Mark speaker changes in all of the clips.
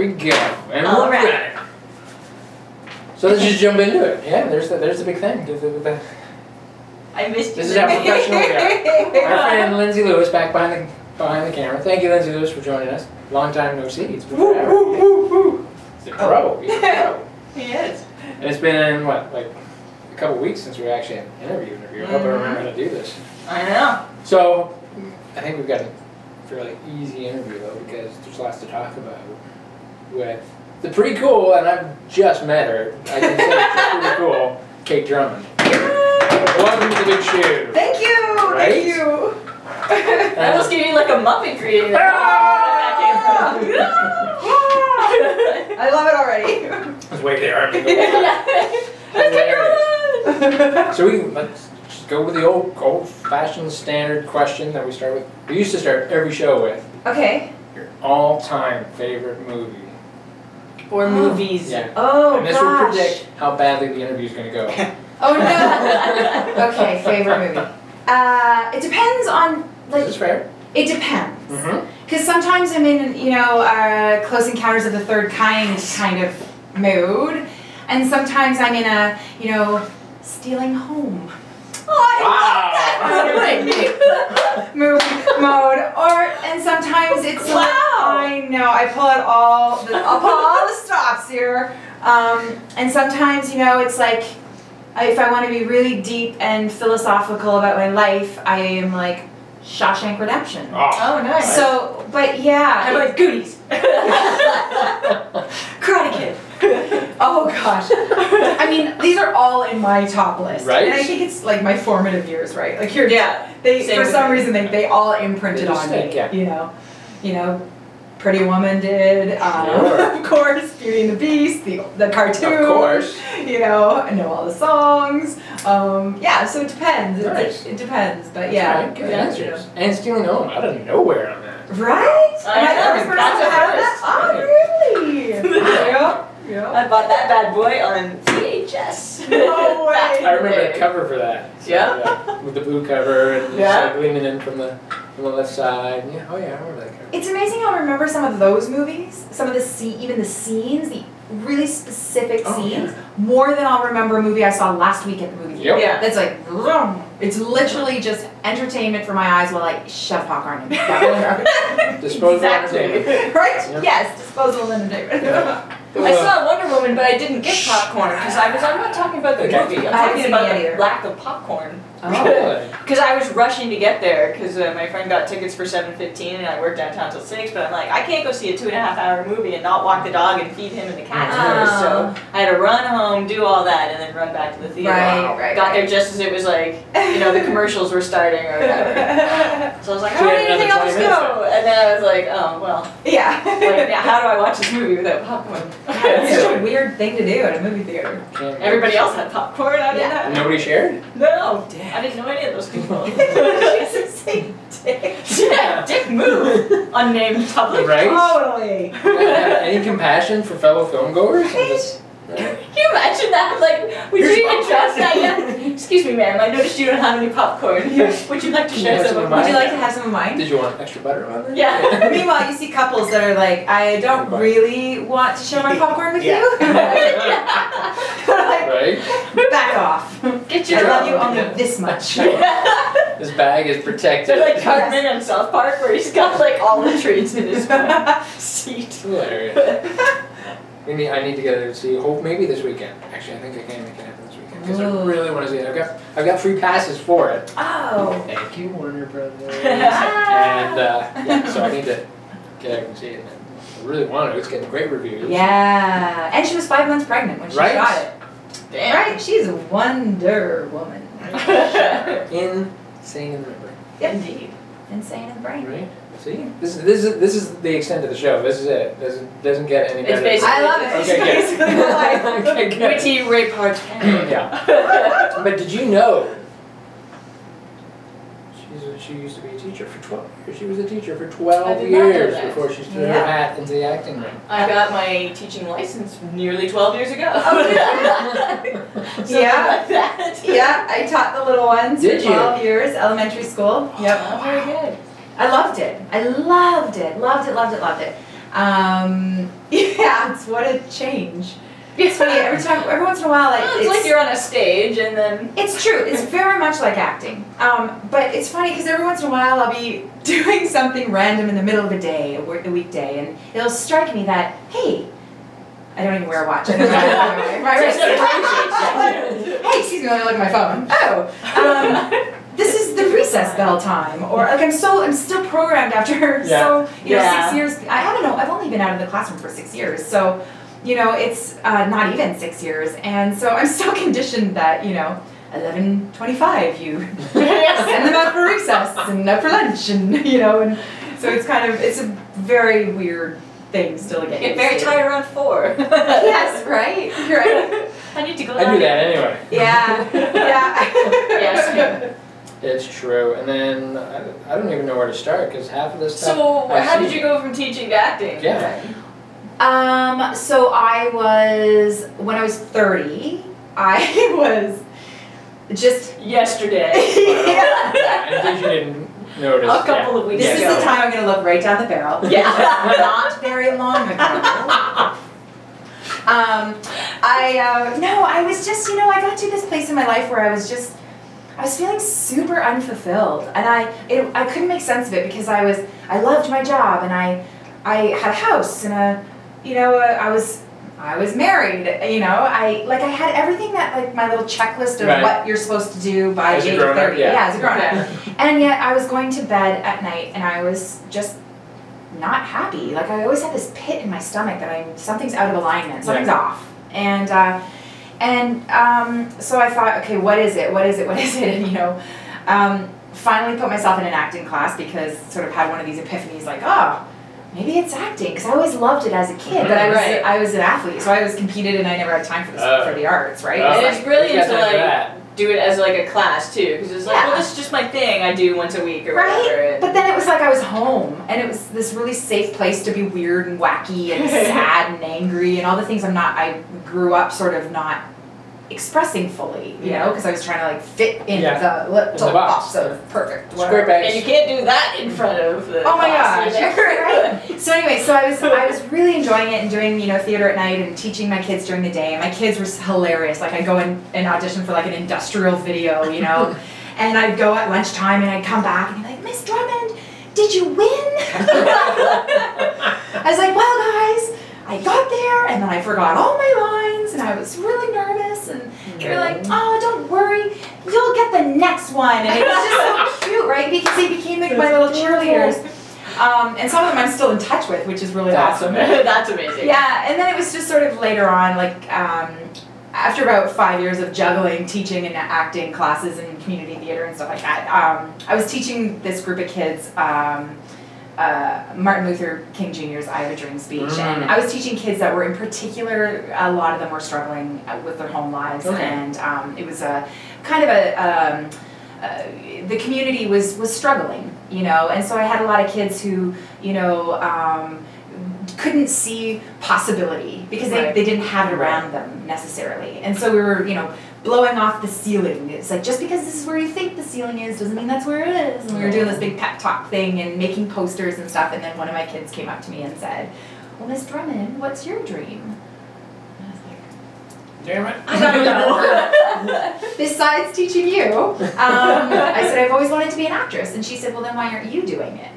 Speaker 1: We go, and
Speaker 2: All
Speaker 1: we're
Speaker 2: right.
Speaker 1: ready.
Speaker 3: So let's just jump into it. Yeah, there's the, there's the big thing. The- the- the-
Speaker 2: I missed you.
Speaker 3: This is how professional we Our
Speaker 2: are.
Speaker 3: friend Lindsay Lewis back behind the behind the camera. Thank you, Lindsay Lewis, for joining us. Long time no see. It's been
Speaker 1: Woo,
Speaker 3: forever.
Speaker 1: woo, woo, woo. It's a pro. He's a pro.
Speaker 2: He is.
Speaker 3: And it's been what like a couple weeks since we actually had an interview. interview. I hope I remember to do this.
Speaker 2: I know.
Speaker 3: So I think we've got a fairly easy interview though because there's lots to talk about. With the pretty cool, and I've just met her. I can say she's pretty cool. Kate Drummond. Welcome to the big shoe.
Speaker 2: Thank you.
Speaker 3: Right?
Speaker 2: Thank you. I almost gave you like a muffin creating that.
Speaker 3: Ah!
Speaker 2: Where that came from.
Speaker 4: I love it already.
Speaker 3: Let's wave their arms.
Speaker 2: Let's get going.
Speaker 3: So we can, let's just go with the old old-fashioned standard question that we start with. We used to start every show with
Speaker 4: Okay.
Speaker 3: your all-time favorite movie.
Speaker 2: Or movies.
Speaker 3: Yeah.
Speaker 4: Oh
Speaker 3: and this will
Speaker 4: gosh.
Speaker 3: predict how badly the interview's going to go.
Speaker 4: Oh no. okay, favorite movie. Uh, it depends
Speaker 3: Is
Speaker 4: on like
Speaker 3: this fair?
Speaker 4: it depends
Speaker 3: Mm-hmm.
Speaker 4: because sometimes I'm in you know uh, Close Encounters of the Third Kind kind of mood, and sometimes I'm in a you know stealing home. Oh, I love that movie. move mode or and sometimes it's like-
Speaker 2: Wow.
Speaker 4: I know I pull out all the I'll pull all the stops here um, and sometimes you know it's like if I want to be really deep and philosophical about my life I am like Shawshank Redemption
Speaker 3: Oh.
Speaker 2: Oh, nice.
Speaker 4: so but yeah
Speaker 2: I like goodies.
Speaker 4: Karate Kid oh gosh I mean these are all in my top list and I
Speaker 3: Right.
Speaker 4: think it's like my formative years right like you're
Speaker 2: yeah.
Speaker 4: They
Speaker 2: Same
Speaker 4: for
Speaker 2: with
Speaker 4: some
Speaker 2: me.
Speaker 4: reason they, they all imprinted
Speaker 3: They just
Speaker 4: on
Speaker 3: stick,
Speaker 4: me.
Speaker 3: yeah.
Speaker 4: You know, you know, Pretty Woman did. Um,
Speaker 3: Sure.
Speaker 4: Of course, Beauty and the Beast, the the cartoon.
Speaker 3: Of course.
Speaker 4: You know, I know all the songs. Um, yeah, so it depends. It,
Speaker 3: Nice.
Speaker 4: it, depends, but yeah.
Speaker 3: Right, Good
Speaker 2: Yeah.
Speaker 3: answers. And stealing home out of nowhere on that.
Speaker 4: Right?
Speaker 2: I
Speaker 4: Am I the
Speaker 2: know,
Speaker 4: first person
Speaker 2: that's
Speaker 4: to
Speaker 2: a
Speaker 4: have
Speaker 2: first.
Speaker 4: that? Oh, really? yeah. Yeah.
Speaker 2: I bought that bad boy on VHS.
Speaker 4: No way.
Speaker 2: Back in
Speaker 3: I remember
Speaker 2: day.
Speaker 3: the cover for that. So,
Speaker 2: Yeah?
Speaker 3: With the blue cover and it's,
Speaker 2: Yeah.
Speaker 3: like, gleaming in from the from the left side. Yeah. Oh yeah, I remember that cover.
Speaker 4: It's amazing how I remember some of those movies, some of the scene, even the scenes, the really specific
Speaker 3: Oh, yeah.
Speaker 4: scenes, more than I'll remember a movie I saw last week at the movie theater.
Speaker 3: Yep.
Speaker 2: Yeah.
Speaker 4: That's like, vroom. it's literally just entertainment for my eyes while I shove popcorn in. right?
Speaker 3: Disposable
Speaker 2: Exactly.
Speaker 3: entertainment. Yeah.
Speaker 4: Yes, disposable entertainment.
Speaker 3: Yeah.
Speaker 2: I saw Wonder Woman, but I didn't get popcorn because I was. I'm not talking about the
Speaker 3: Okay.
Speaker 2: movie. I'm
Speaker 4: I haven't
Speaker 2: talking
Speaker 4: seen
Speaker 2: about
Speaker 4: it
Speaker 2: the
Speaker 4: either.
Speaker 2: lack of popcorn.
Speaker 4: Oh.
Speaker 2: Because I was rushing to get there because uh, my friend got tickets for seven fifteen, and I worked downtown till six. But I'm like, I can't go see a two and a half hour movie and not walk the dog and feed him and the cat first.
Speaker 4: Oh.
Speaker 2: So I had to run home, do all that, and then run back to the theater.
Speaker 4: Right, right,
Speaker 2: Got there
Speaker 4: right.
Speaker 2: just as it was like, you know, the commercials were starting or whatever. So I was like, I
Speaker 3: So you
Speaker 2: don't
Speaker 3: had
Speaker 2: need anything, I'll
Speaker 3: another 20
Speaker 2: just
Speaker 3: minutes
Speaker 2: go. And then I was like, oh well, like, yeah,
Speaker 4: yeah.
Speaker 2: how do I watch this movie without popcorn?
Speaker 4: Yeah, It's such a weird thing to do at a movie theater.
Speaker 3: Can't-
Speaker 2: Oh. Everybody else had popcorn. I didn't
Speaker 4: Yeah.
Speaker 2: have.
Speaker 3: Nobody shared?
Speaker 2: No,
Speaker 4: Dick.
Speaker 2: I didn't know any of those people.
Speaker 4: Jesus, he dick.
Speaker 2: yeah, dick move. Unnamed public.
Speaker 3: Right?
Speaker 4: Totally.
Speaker 3: Any compassion for fellow film goers?
Speaker 4: Right?
Speaker 3: Right?
Speaker 2: Can you imagine that? Like, we
Speaker 3: Here's
Speaker 2: didn't even
Speaker 3: popcorn.
Speaker 2: trust that yet. Excuse me, ma'am. I noticed you don't have any popcorn. Would you
Speaker 3: Can you
Speaker 2: like to share
Speaker 3: have
Speaker 2: some
Speaker 3: some of
Speaker 2: of
Speaker 4: Would
Speaker 2: mine?
Speaker 4: you like to have some of mine?
Speaker 3: Did you want extra butter on it?
Speaker 2: Yeah.
Speaker 4: Meanwhile, you see couples that are like, I don't really want to share my popcorn with you. like,
Speaker 3: right?
Speaker 4: back off.
Speaker 2: Get your
Speaker 4: I love you only this much.
Speaker 3: This bag is protected.
Speaker 2: They're like Cartman in South Park, where he's got like all the treats in his seat.
Speaker 3: Hilarious. Maybe I need to get it to see Hope maybe this weekend. Actually, I think I can make it happen this weekend because I
Speaker 4: Ooh.
Speaker 3: really want to see it. I've got I've got free passes for it.
Speaker 4: oh.
Speaker 3: Thank you, Warner Brothers. and uh, yeah, so I need to get out and see it. I really want to. It's getting great reviews.
Speaker 4: Yeah. And she was five months pregnant when she
Speaker 3: Right?
Speaker 4: got it.
Speaker 2: Damn.
Speaker 4: Right? She's a wonder woman.
Speaker 3: Insane memory.
Speaker 2: Indeed.
Speaker 4: Insane in the brain.
Speaker 3: Right. See, this is this is this is the extent of the show. This is it. Doesn't doesn't get any
Speaker 2: It's
Speaker 3: better.
Speaker 2: basic-
Speaker 4: I love it.
Speaker 3: Okay,
Speaker 4: She's
Speaker 3: good.
Speaker 4: basically my life.
Speaker 3: okay, good.
Speaker 2: Witty Ray Parton.
Speaker 3: Yeah. But did you know? She's a, she used to be a teacher for twelve. years. She was a teacher for
Speaker 2: I
Speaker 3: twelve
Speaker 2: did not know
Speaker 3: years
Speaker 2: that.
Speaker 3: before she threw her
Speaker 4: Yeah.
Speaker 3: hat into the acting ring.
Speaker 2: I got my teaching license nearly 12 years ago. Something
Speaker 4: Yeah.
Speaker 2: like that.
Speaker 4: Yeah, I taught the little ones
Speaker 3: Did
Speaker 4: for
Speaker 3: you?
Speaker 4: 12 years, elementary school. Yep.
Speaker 2: Oh, very good.
Speaker 4: I loved it. I loved it. Loved it, loved it, loved it. Um, yeah, it's what a change. It's funny every time, every once in a while, like,
Speaker 2: Well, it's like you're on a stage and then
Speaker 4: It's true. It's very much like acting. Um, but it's funny because every once in a while I'll be doing something random in the middle of a day, a, work, a weekday, and it'll strike me that, hey, I don't even wear a watch. I don't know my, my wrist. hey, excuse me, let me look at my phone. Oh, um, this is the recess bell time. Or, like, I'm so, I'm still programmed after so, you know,
Speaker 2: Yeah.
Speaker 4: six years. I haven't know, I've only been out of the classroom for six years. So, you know, it's uh, not even six years. And so I'm still conditioned that, you know, 11.25 you send them out for recess and out for lunch and you know and so it's kind of it's a very weird thing still to get
Speaker 2: get
Speaker 4: used
Speaker 2: very
Speaker 4: to.
Speaker 2: tired around four.
Speaker 4: yes right You're right
Speaker 2: I need to go.
Speaker 3: I do that anyway.
Speaker 4: yeah yeah
Speaker 2: Yes.
Speaker 3: It's true. And then I, don't- I don't even know where to start because half of this stuff.
Speaker 2: So
Speaker 3: I
Speaker 2: how
Speaker 3: see.
Speaker 2: did you go from teaching to acting?
Speaker 3: Yeah.
Speaker 4: Um, so I was when I was 30, I was just
Speaker 2: Yesterday.
Speaker 3: And you didn't notice.
Speaker 2: A couple of weeks
Speaker 4: This is
Speaker 2: ago.
Speaker 4: the time I'm gonna look right down the barrel.
Speaker 2: Yeah.
Speaker 4: Not very long ago. Um, I, uh, no, I was just, you know, I got to this place in my life where I was just, I was feeling super unfulfilled and I, it, I couldn't make sense of it because I was, I loved my job and I, I had a house and a, you know, a- I was, I was married, you know, I, like, I had everything that, like, my little checklist of
Speaker 3: Right.
Speaker 4: what you're supposed to do by
Speaker 3: As a
Speaker 4: the age of
Speaker 3: grown-up,
Speaker 4: thirty.
Speaker 3: yeah.
Speaker 4: as a grown up. And yet I was going to bed at night and I was just not happy. Like I always had this pit in my stomach that I'm something's out of alignment, something's off. And uh, and um, so I thought, okay, what is it? What is it? What is it? And you know, um, finally put myself in an acting class because sort of had one of these epiphanies, like, oh, maybe it's acting because I always loved it as a kid. But I was
Speaker 2: Right.
Speaker 4: I was an athlete, so I always competed and I never had time for this
Speaker 3: Oh.
Speaker 4: for the arts, right?
Speaker 3: Oh.
Speaker 2: And it's
Speaker 4: It's like,
Speaker 2: brilliant to
Speaker 3: You got
Speaker 2: like
Speaker 3: that.
Speaker 2: do it as like a class too, because it's like,
Speaker 4: Yeah.
Speaker 2: well, this is just my thing I do once a week or
Speaker 4: Right?
Speaker 2: whatever. and-
Speaker 4: But then it was like I was home, and it was this really safe place to be weird and wacky and sad and angry and all the things I'm not. I grew up sort of not expressing fully, you know, because I was trying to like fit in
Speaker 3: Yeah.
Speaker 4: the little
Speaker 3: the box.
Speaker 4: of perfect.
Speaker 3: Square
Speaker 4: whatever.
Speaker 2: And you
Speaker 3: bags.
Speaker 2: can't do that in front of the
Speaker 4: Oh my
Speaker 2: class
Speaker 4: gosh!
Speaker 2: either.
Speaker 4: right. So anyway, so I was I was really enjoying it and doing you know theater at night and teaching my kids during the day. And my kids were hilarious. Like I go in and audition for like an industrial video, you know, and I'd go at lunchtime and I'd come back and be like, Miss Drummond, did you win? I was like, well, guys, I got there and then I forgot all my lines and I was really nervous. And they were like, oh, don't worry, you'll get the next one. And it was just so cute, right? Because they became like my little cheerleaders. Um, and some of them I'm still in touch with, which is really
Speaker 3: That's
Speaker 4: awesome.
Speaker 3: amazing.
Speaker 2: That's amazing.
Speaker 4: Yeah, and then it was just sort of later on, like um, after about five years of juggling teaching and acting classes and community theater and stuff like that, um, I was teaching this group of kids um, uh, Martin Luther King Jr.'s I Have a Dream speech. And
Speaker 3: Mm.
Speaker 4: I was teaching kids that were, in particular, a lot of them were struggling uh, with their home lives.
Speaker 3: Okay.
Speaker 4: And um, it was a kind of a. Um, uh, the community was was struggling, you know, and so I had a lot of kids who, you know, um, couldn't see possibility because they,
Speaker 2: Right.
Speaker 4: they didn't have it around them necessarily. And so we were, you know, blowing off the ceiling. It's like just because this is where you think the ceiling is doesn't mean that's where it is. And we were doing this big pep talk thing and making posters and stuff. And then one of my kids came up to me and said, "Well, Miss Drummond, what's your dream?" And I was like,
Speaker 3: Damn it.
Speaker 2: I gotta go.
Speaker 4: besides teaching you, um, I said, I've always wanted to be an actress. And she said, Well, then why aren't you doing it?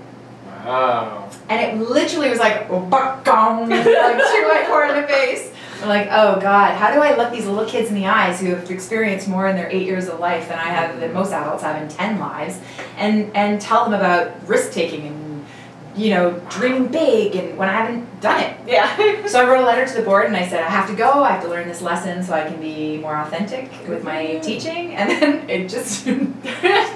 Speaker 3: Wow.
Speaker 4: And it literally was like, "Oh, buck gong, like two by four in the face. I'm like, oh God, how do I look these little kids in the eyes who have experienced more in their eight years of life than I have, than most adults have in 10 lives, and, and tell them about risk taking and, you know, dreaming big and when I haven't done it?
Speaker 2: yeah.
Speaker 4: So I wrote a letter to the board and I said, I have to go, I have to learn this lesson so I can be more authentic with my teaching. And then it just,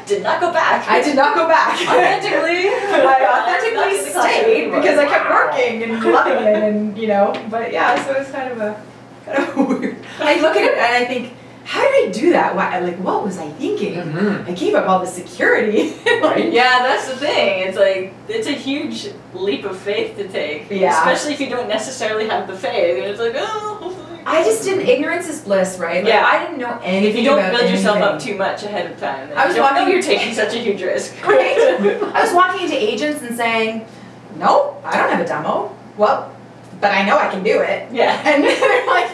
Speaker 2: Did not go back.
Speaker 4: I did not go back.
Speaker 2: authentically.
Speaker 4: I authentically
Speaker 2: That's the class
Speaker 4: stayed
Speaker 2: anymore.
Speaker 4: because I kept working and loving it and, you know, but yeah, so it's kind of a, kind of weird. I look at it and I think, how did I do that? Why, like, what was I thinking?
Speaker 3: Mm-hmm.
Speaker 4: I gave up all the security.
Speaker 3: Right?
Speaker 2: Yeah, that's the thing. It's like it's a huge leap of faith to take,
Speaker 4: Yeah.
Speaker 2: especially if you don't necessarily have the faith. And it's like, oh, hopefully.
Speaker 4: I just didn't, ignorance is bliss, right? Like,
Speaker 2: Yeah.
Speaker 4: I didn't know anything
Speaker 2: If you don't
Speaker 4: about
Speaker 2: build yourself
Speaker 4: anything.
Speaker 2: up too much ahead of time, then
Speaker 4: I was
Speaker 2: you don't know
Speaker 4: walking-
Speaker 2: you're taking such a huge risk.
Speaker 4: Right? I was walking into agents and saying, nope, I don't have a demo. well, but I know I can do it.
Speaker 2: Yeah.
Speaker 4: And they're like,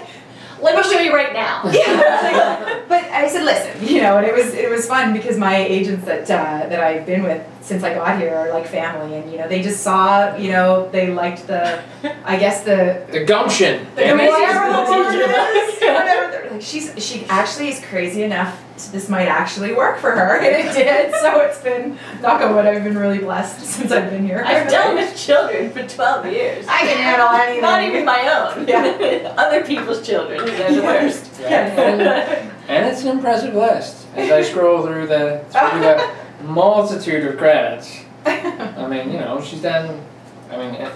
Speaker 5: Let me show you right now.
Speaker 4: yeah. I was like, but I said, listen, you know, and it was it was fun because my agents that uh, that I've been with since I got here are like family, and you know, they just saw, you know, they liked the, I guess the
Speaker 3: The gumption.
Speaker 4: the
Speaker 3: damn it.
Speaker 4: whatever the word is,
Speaker 2: Yeah.
Speaker 4: whatever the- like she's she actually is crazy enough. to- This might actually work for her, and it did. So it's been knock on wood. I've been really blessed since I've been here.
Speaker 2: I've dealt with children for 12 years.
Speaker 4: I can handle anything.
Speaker 2: Not even my own.
Speaker 4: Yeah.
Speaker 2: Other people's children. They're the
Speaker 4: Yeah.
Speaker 2: worst.
Speaker 3: And, and it's an impressive list. As I scroll through the through the multitude of credits, I mean, you know, she's done. I mean, eh,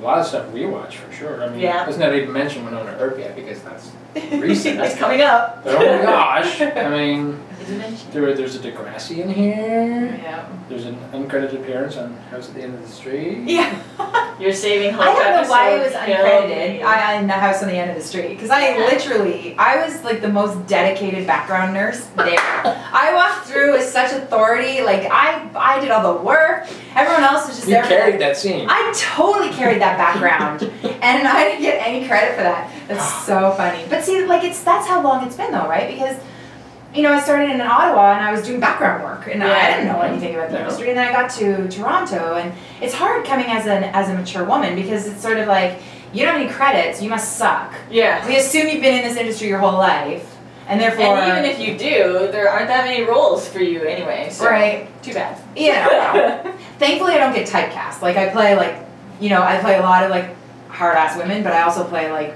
Speaker 3: a lot of stuff we watch for sure. I mean,
Speaker 2: Yeah.
Speaker 3: let's not even mention Winona Earp yet because that's recent.
Speaker 2: That's coming up.
Speaker 3: But oh my gosh! I mean,
Speaker 2: Did you mention?
Speaker 3: there, there's a Degrassi in here.
Speaker 4: Yeah.
Speaker 3: There's an uncredited appearance on House at the End of the Street.
Speaker 4: Yeah.
Speaker 2: You're saving
Speaker 4: I
Speaker 2: whole
Speaker 4: don't know why it was
Speaker 2: episodes, kill
Speaker 4: uncredited.
Speaker 2: me.
Speaker 4: I in the house on the end of the street because I
Speaker 2: Yeah.
Speaker 4: literally I was like the most dedicated background nurse there. I walked through with such authority. Like I I did all the work. Everyone else was just
Speaker 3: You
Speaker 4: there. for the-
Speaker 3: carried that scene.
Speaker 4: I totally carried that background, and I didn't get any credit for that.
Speaker 2: Ah.
Speaker 4: That's so funny. But see, like it's that's how long it's been though, right? Because you know, I started in Ottawa and I was doing background work, and I
Speaker 2: Yeah.
Speaker 4: didn't know anything about the
Speaker 3: No.
Speaker 4: industry. And then I got to Toronto, and it's hard coming as an as a mature woman because it's sort of like you don't have any credits, you must suck.
Speaker 2: yeah.
Speaker 4: We assume you've been in this industry your whole life, and therefore,
Speaker 2: And even if you do, there aren't that many roles for you anyway. So
Speaker 4: right,
Speaker 2: Too bad.
Speaker 4: yeah. thankfully I don't get typecast. Like I play like you know, I play a lot of like hard ass women, but I also play like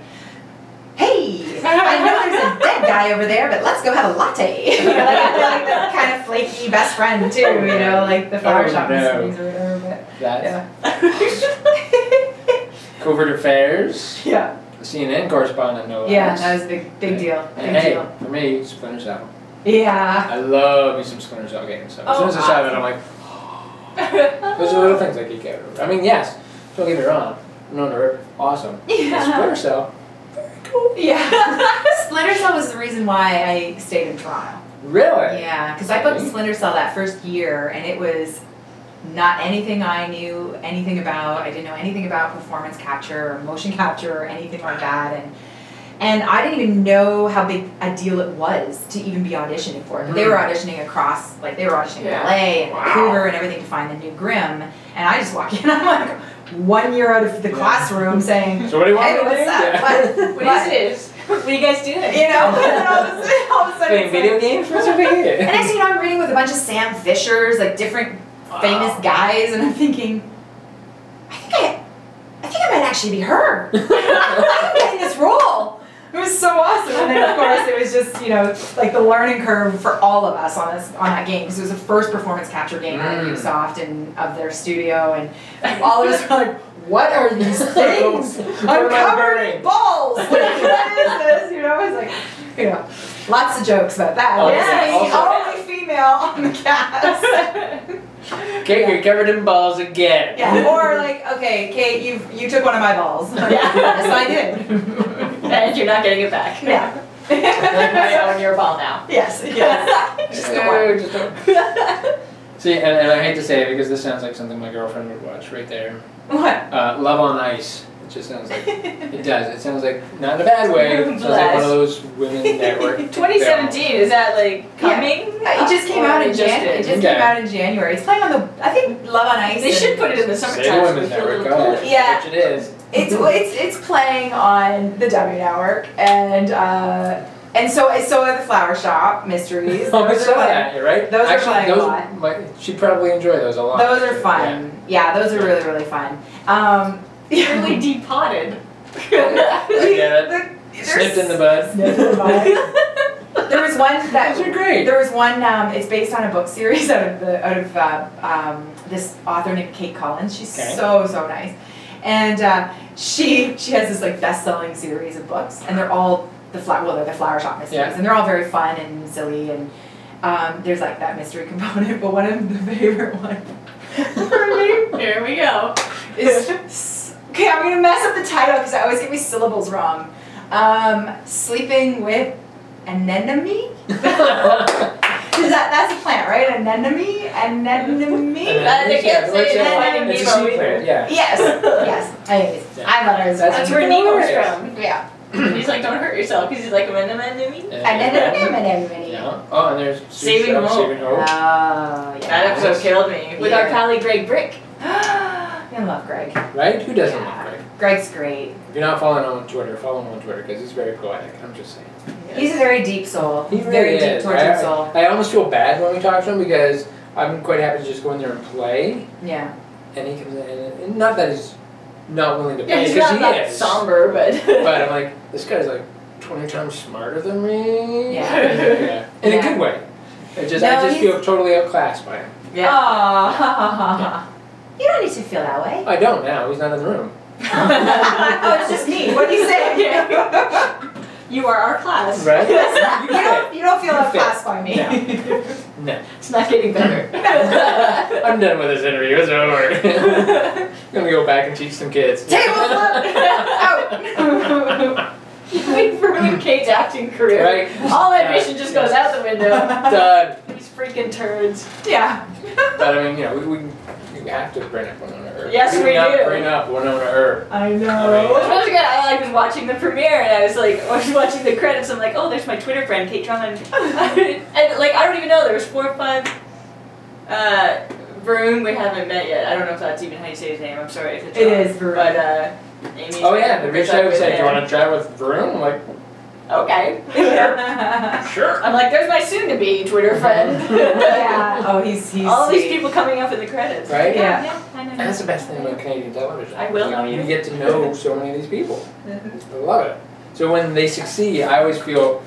Speaker 4: Hey, I know there's a dead guy over there, but let's go have a latte. You know, like I feel like that kind of flaky best friend too, you know, like the flower
Speaker 3: Oh,
Speaker 4: shop
Speaker 3: no.
Speaker 4: things or whatever. But
Speaker 3: That's
Speaker 4: yeah,
Speaker 3: covert affairs.
Speaker 4: yeah,
Speaker 3: The CNN correspondent. No
Speaker 4: yeah,
Speaker 3: less.
Speaker 4: that was a big, big deal, big
Speaker 3: And hey,
Speaker 4: deal.
Speaker 3: for me, Splinter Cell.
Speaker 4: Yeah,
Speaker 3: I love me some Splinter Cell games. So as soon as
Speaker 4: Oh,
Speaker 3: I saw that, I'm like, those are little things I could get over. I mean, yes, don't get me wrong. Winona Earp, awesome. But Splinter Cell,
Speaker 4: yeah. Splinter Cell was the reason why I stayed in Toronto.
Speaker 3: really?
Speaker 4: Yeah, because I booked Splinter Cell that first year, and it was not anything I knew anything about. I didn't know anything about performance capture or motion capture or anything like that, and and I didn't even know how big a deal it was to even be auditioning for it. But they were auditioning across, like they were auditioning
Speaker 2: Yeah.
Speaker 4: LA and
Speaker 3: Mm. Wow.
Speaker 4: Vancouver and everything to find the new Grimm, and I just walk in, I'm like one year out of the
Speaker 3: Yeah.
Speaker 4: classroom saying,
Speaker 3: So what do you want
Speaker 4: "Hey,
Speaker 3: me to
Speaker 4: what's
Speaker 3: do?
Speaker 4: up?
Speaker 3: Yeah.
Speaker 4: What,
Speaker 2: What is this? What are you guys doing?
Speaker 4: You know, and then all of a sudden, all of a sudden
Speaker 3: Playing
Speaker 4: it's like-
Speaker 3: video games? What's over
Speaker 4: and
Speaker 3: here?
Speaker 4: next thing you know, I'm reading with a bunch of Sam Fishers, like different famous
Speaker 3: Wow.
Speaker 4: guys, and I'm thinking, I think I, I think I might actually be her. I'm getting this role. It was so awesome, and then of course it was just you know like the learning curve for all of us on this on that game because it was the first performance capture game out of
Speaker 3: Mm.
Speaker 4: Ubisoft and of their studio, and all of us were like, what are these things?
Speaker 3: What
Speaker 4: I'm
Speaker 3: am I
Speaker 4: covered in
Speaker 3: burning?
Speaker 4: balls. What is this? You know, it's like, you know, lots of jokes about that.
Speaker 3: Oh,
Speaker 2: yeah,
Speaker 4: It's the
Speaker 2: also-
Speaker 4: only female on the cast.
Speaker 3: Kate, you're covered in balls again.
Speaker 4: yeah, or like, okay, Kate, you you took one of my balls.
Speaker 2: Yeah.
Speaker 4: yes, I did.
Speaker 2: and you're not getting it back.
Speaker 4: Yeah.
Speaker 2: I own your ball now. Oh,
Speaker 4: Yes. Yes. Just the one.
Speaker 3: Yeah, just the one. See, and, and I hate to say it because this sounds like something my girlfriend would watch right there.
Speaker 4: What?
Speaker 3: Uh, Love on Ice. It just sounds like it does. It sounds like not in a bad way. It sounds like one of those women network.
Speaker 2: 2017 is that like coming?
Speaker 4: Uh, It just came
Speaker 2: Or
Speaker 4: out
Speaker 2: it
Speaker 4: in
Speaker 2: just
Speaker 4: Jan. It
Speaker 2: did?
Speaker 4: just
Speaker 3: Okay.
Speaker 4: came out in January. It's playing on the. I think Love on Ice.
Speaker 2: They should
Speaker 4: and-
Speaker 2: put it in the
Speaker 3: Say
Speaker 2: summertime. so we
Speaker 3: women
Speaker 2: feel a
Speaker 3: network,
Speaker 2: little
Speaker 3: oh,
Speaker 2: cooler.
Speaker 4: Yeah.
Speaker 3: which it is.
Speaker 4: It's well, it's it's playing on the W Network and uh, and so so are the Flower Shop Mysteries.
Speaker 3: Oh, I
Speaker 4: Those are
Speaker 3: saw
Speaker 4: fun.
Speaker 3: that, you're right?
Speaker 4: Those are
Speaker 3: Actually,
Speaker 4: fun a
Speaker 3: those
Speaker 4: lot.
Speaker 3: might- she'd probably enjoy those a lot.
Speaker 4: Those are fun. Yeah, those are really really fun. Um,
Speaker 2: Really depotted.
Speaker 3: get it.
Speaker 4: the-
Speaker 3: Yeah.
Speaker 4: there's-
Speaker 3: Snipped in the bud.
Speaker 4: Snipped in the bud. there was one that
Speaker 3: Those are great.
Speaker 4: There was one. Um, it's based on a book series out of the out of uh, um, this author named Kate Collins. She's
Speaker 3: Okay.
Speaker 4: so so nice, and uh, she she has this like best selling series of books, and they're all the flower well they're the flower shop mysteries,
Speaker 3: Yeah.
Speaker 4: and they're all very fun and silly, and um, there's like that mystery component. But one of the favorite one for me
Speaker 2: Here we go.
Speaker 4: is s- okay. I'm gonna mess up the title because I always get my syllables wrong. Um, sleeping with anemone. Is that that's a plant, right? Anemone, anemone.
Speaker 2: Uh, they can't
Speaker 3: Yeah,
Speaker 2: say
Speaker 3: it's
Speaker 2: it,
Speaker 3: a-
Speaker 2: I didn't
Speaker 3: it's a
Speaker 2: Nemo
Speaker 3: sea plant,
Speaker 2: either.
Speaker 3: Yeah.
Speaker 4: Yes, yes. I, I letters.
Speaker 3: That's-
Speaker 2: That's where Nemo's
Speaker 3: Yes.
Speaker 2: from.
Speaker 4: yeah.
Speaker 2: He's like, don't hurt yourself, because he's like, I'm an anemone.
Speaker 4: Anemone, anemone.
Speaker 3: Yeah. Oh, and there's Sue
Speaker 2: Saving
Speaker 3: Shrub,
Speaker 2: Hope.
Speaker 3: Saving
Speaker 4: Oh,
Speaker 3: Hope.
Speaker 2: That
Speaker 4: yeah.
Speaker 2: episode killed me. With our
Speaker 4: Yeah.
Speaker 2: colleague Greg Brick.
Speaker 4: I love Greg.
Speaker 3: Right? Who doesn't
Speaker 4: Yeah.
Speaker 3: love Greg?
Speaker 4: Greg's great.
Speaker 3: If you're not following him on Twitter, follow him on Twitter because he's very poetic. I'm just saying.
Speaker 4: He's a very deep soul.
Speaker 3: He
Speaker 4: very
Speaker 3: really
Speaker 4: deep,
Speaker 3: is.
Speaker 4: tortured
Speaker 3: I-
Speaker 4: soul.
Speaker 3: I almost feel bad when we talk to him because I'm quite happy to just go in there and play,
Speaker 4: Yeah.
Speaker 3: and he comes in, and and not that he's not willing to
Speaker 2: Yeah,
Speaker 3: play
Speaker 2: he's
Speaker 3: because
Speaker 2: not
Speaker 3: he
Speaker 2: that
Speaker 3: is.
Speaker 2: somber, but.
Speaker 3: But um, I'm like, this guy's like 20 times smarter than me.
Speaker 2: Yeah.
Speaker 3: Yeah. In
Speaker 4: Yeah.
Speaker 3: a good way. I just,
Speaker 4: No,
Speaker 3: I just
Speaker 4: he's-
Speaker 3: feel totally outclassed by him.
Speaker 4: Aw,
Speaker 2: Yeah.
Speaker 4: ha, ha, ha, ha. You don't need to feel that way.
Speaker 3: I don't now. He's not in the room.
Speaker 4: oh, it's just me. What do you say?
Speaker 2: You are our class.
Speaker 3: Right?
Speaker 4: you, don't, you don't feel
Speaker 3: You fit.
Speaker 4: outclassed by me.
Speaker 3: No.
Speaker 2: It's not getting better.
Speaker 3: I'm done with this interview. It's over. I'm gonna go back and teach some kids.
Speaker 4: Table flip out.
Speaker 2: We've ruined Kate's acting career.
Speaker 3: Right?
Speaker 2: All that vision just goes out the window.
Speaker 3: Done.
Speaker 2: These freaking turds.
Speaker 4: yeah.
Speaker 3: But I mean, you know, we, we, we have to bring up Winona Earp.
Speaker 2: Yes, we
Speaker 3: cannot
Speaker 2: do.
Speaker 3: Bring up Winona Earp.
Speaker 4: I
Speaker 2: It was
Speaker 3: know.
Speaker 2: really good. I like was watching the premiere and I was like, I was watching the credits. I'm like, oh, there's my Twitter friend Kate Drummond, and like I don't even know there was four, five. Uh, Varun, we haven't met yet. I don't know if that's even how you say his name. I'm sorry if it's
Speaker 4: It
Speaker 2: wrong.
Speaker 4: is Varun.
Speaker 2: But uh, Amy's
Speaker 3: Oh yeah, they reached out and said, "Do you
Speaker 2: Varun.
Speaker 3: want to chat with Varun?" I'm like,
Speaker 2: Okay.
Speaker 4: yeah.
Speaker 3: "Sure."
Speaker 2: I'm like, there's my soon-to-be Twitter friend.
Speaker 4: Oh, he's he's.
Speaker 2: All these
Speaker 4: sweet.
Speaker 2: people coming up in the credits.
Speaker 3: Right?
Speaker 4: Yeah.
Speaker 5: I know.
Speaker 3: And that's the best thing about Canadian television.
Speaker 2: I will
Speaker 3: You
Speaker 2: know you.
Speaker 3: You get to know so many of these people. I love it. So when they succeed, I always feel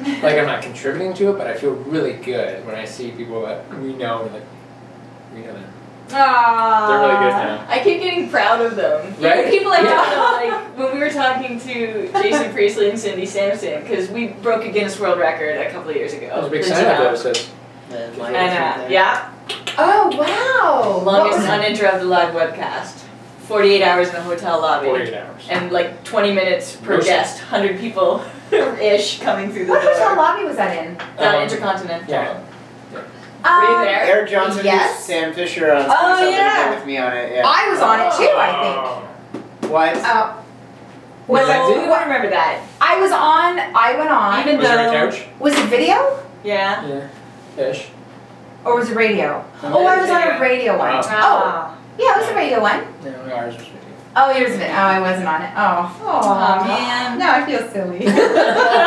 Speaker 3: like I'm not contributing to it, but I feel really good when I see people that we know. and Like, we know them.
Speaker 4: Aww.
Speaker 3: They're really good now.
Speaker 2: I keep getting proud of them. Even
Speaker 3: Right?
Speaker 2: people I
Speaker 4: Yeah.
Speaker 2: don't know, like when we were talking to Jason Priestley and Cindy Sampson, because we broke a Guinness World Record a couple of years ago.
Speaker 3: I was a big
Speaker 2: The
Speaker 3: sign up
Speaker 2: Janelle.
Speaker 3: episode.
Speaker 2: And uh, yeah,
Speaker 4: Oh wow. What was
Speaker 2: longest
Speaker 4: that?
Speaker 2: uninterrupted live webcast. Forty-eight hours in a hotel lobby.
Speaker 3: 48 hours.
Speaker 2: And like twenty minutes per
Speaker 3: Worst.
Speaker 2: guest, hundred people ish coming through the
Speaker 4: What hotel
Speaker 2: door.
Speaker 4: lobby was that in?
Speaker 2: That
Speaker 3: Um,
Speaker 2: intercontinental.
Speaker 3: yeah.
Speaker 2: Were you
Speaker 4: Um,
Speaker 2: there?
Speaker 6: Eric Johnson and
Speaker 4: Yes.
Speaker 6: Sam Fisher on
Speaker 4: Oh,
Speaker 6: Sports Center
Speaker 4: yeah.
Speaker 6: with me on it. Yeah.
Speaker 4: I was on it too. I think.
Speaker 3: Oh.
Speaker 6: What?
Speaker 2: Uh,
Speaker 4: Oh.
Speaker 3: Was that
Speaker 2: No,
Speaker 3: it?
Speaker 2: we won't remember that.
Speaker 4: I was on. I went on.
Speaker 2: Even
Speaker 3: Was there a
Speaker 2: though-
Speaker 3: couch?
Speaker 4: was it video
Speaker 2: Yeah.
Speaker 3: Yeah. Ish.
Speaker 4: or was it radio? Oh, I was on a radio one.
Speaker 3: Wow.
Speaker 4: Oh, yeah, it was a radio one.
Speaker 3: No, ours was.
Speaker 4: Oh, yours. Oh, I wasn't on it. Oh.
Speaker 2: Aw, man.
Speaker 4: No, I feel silly.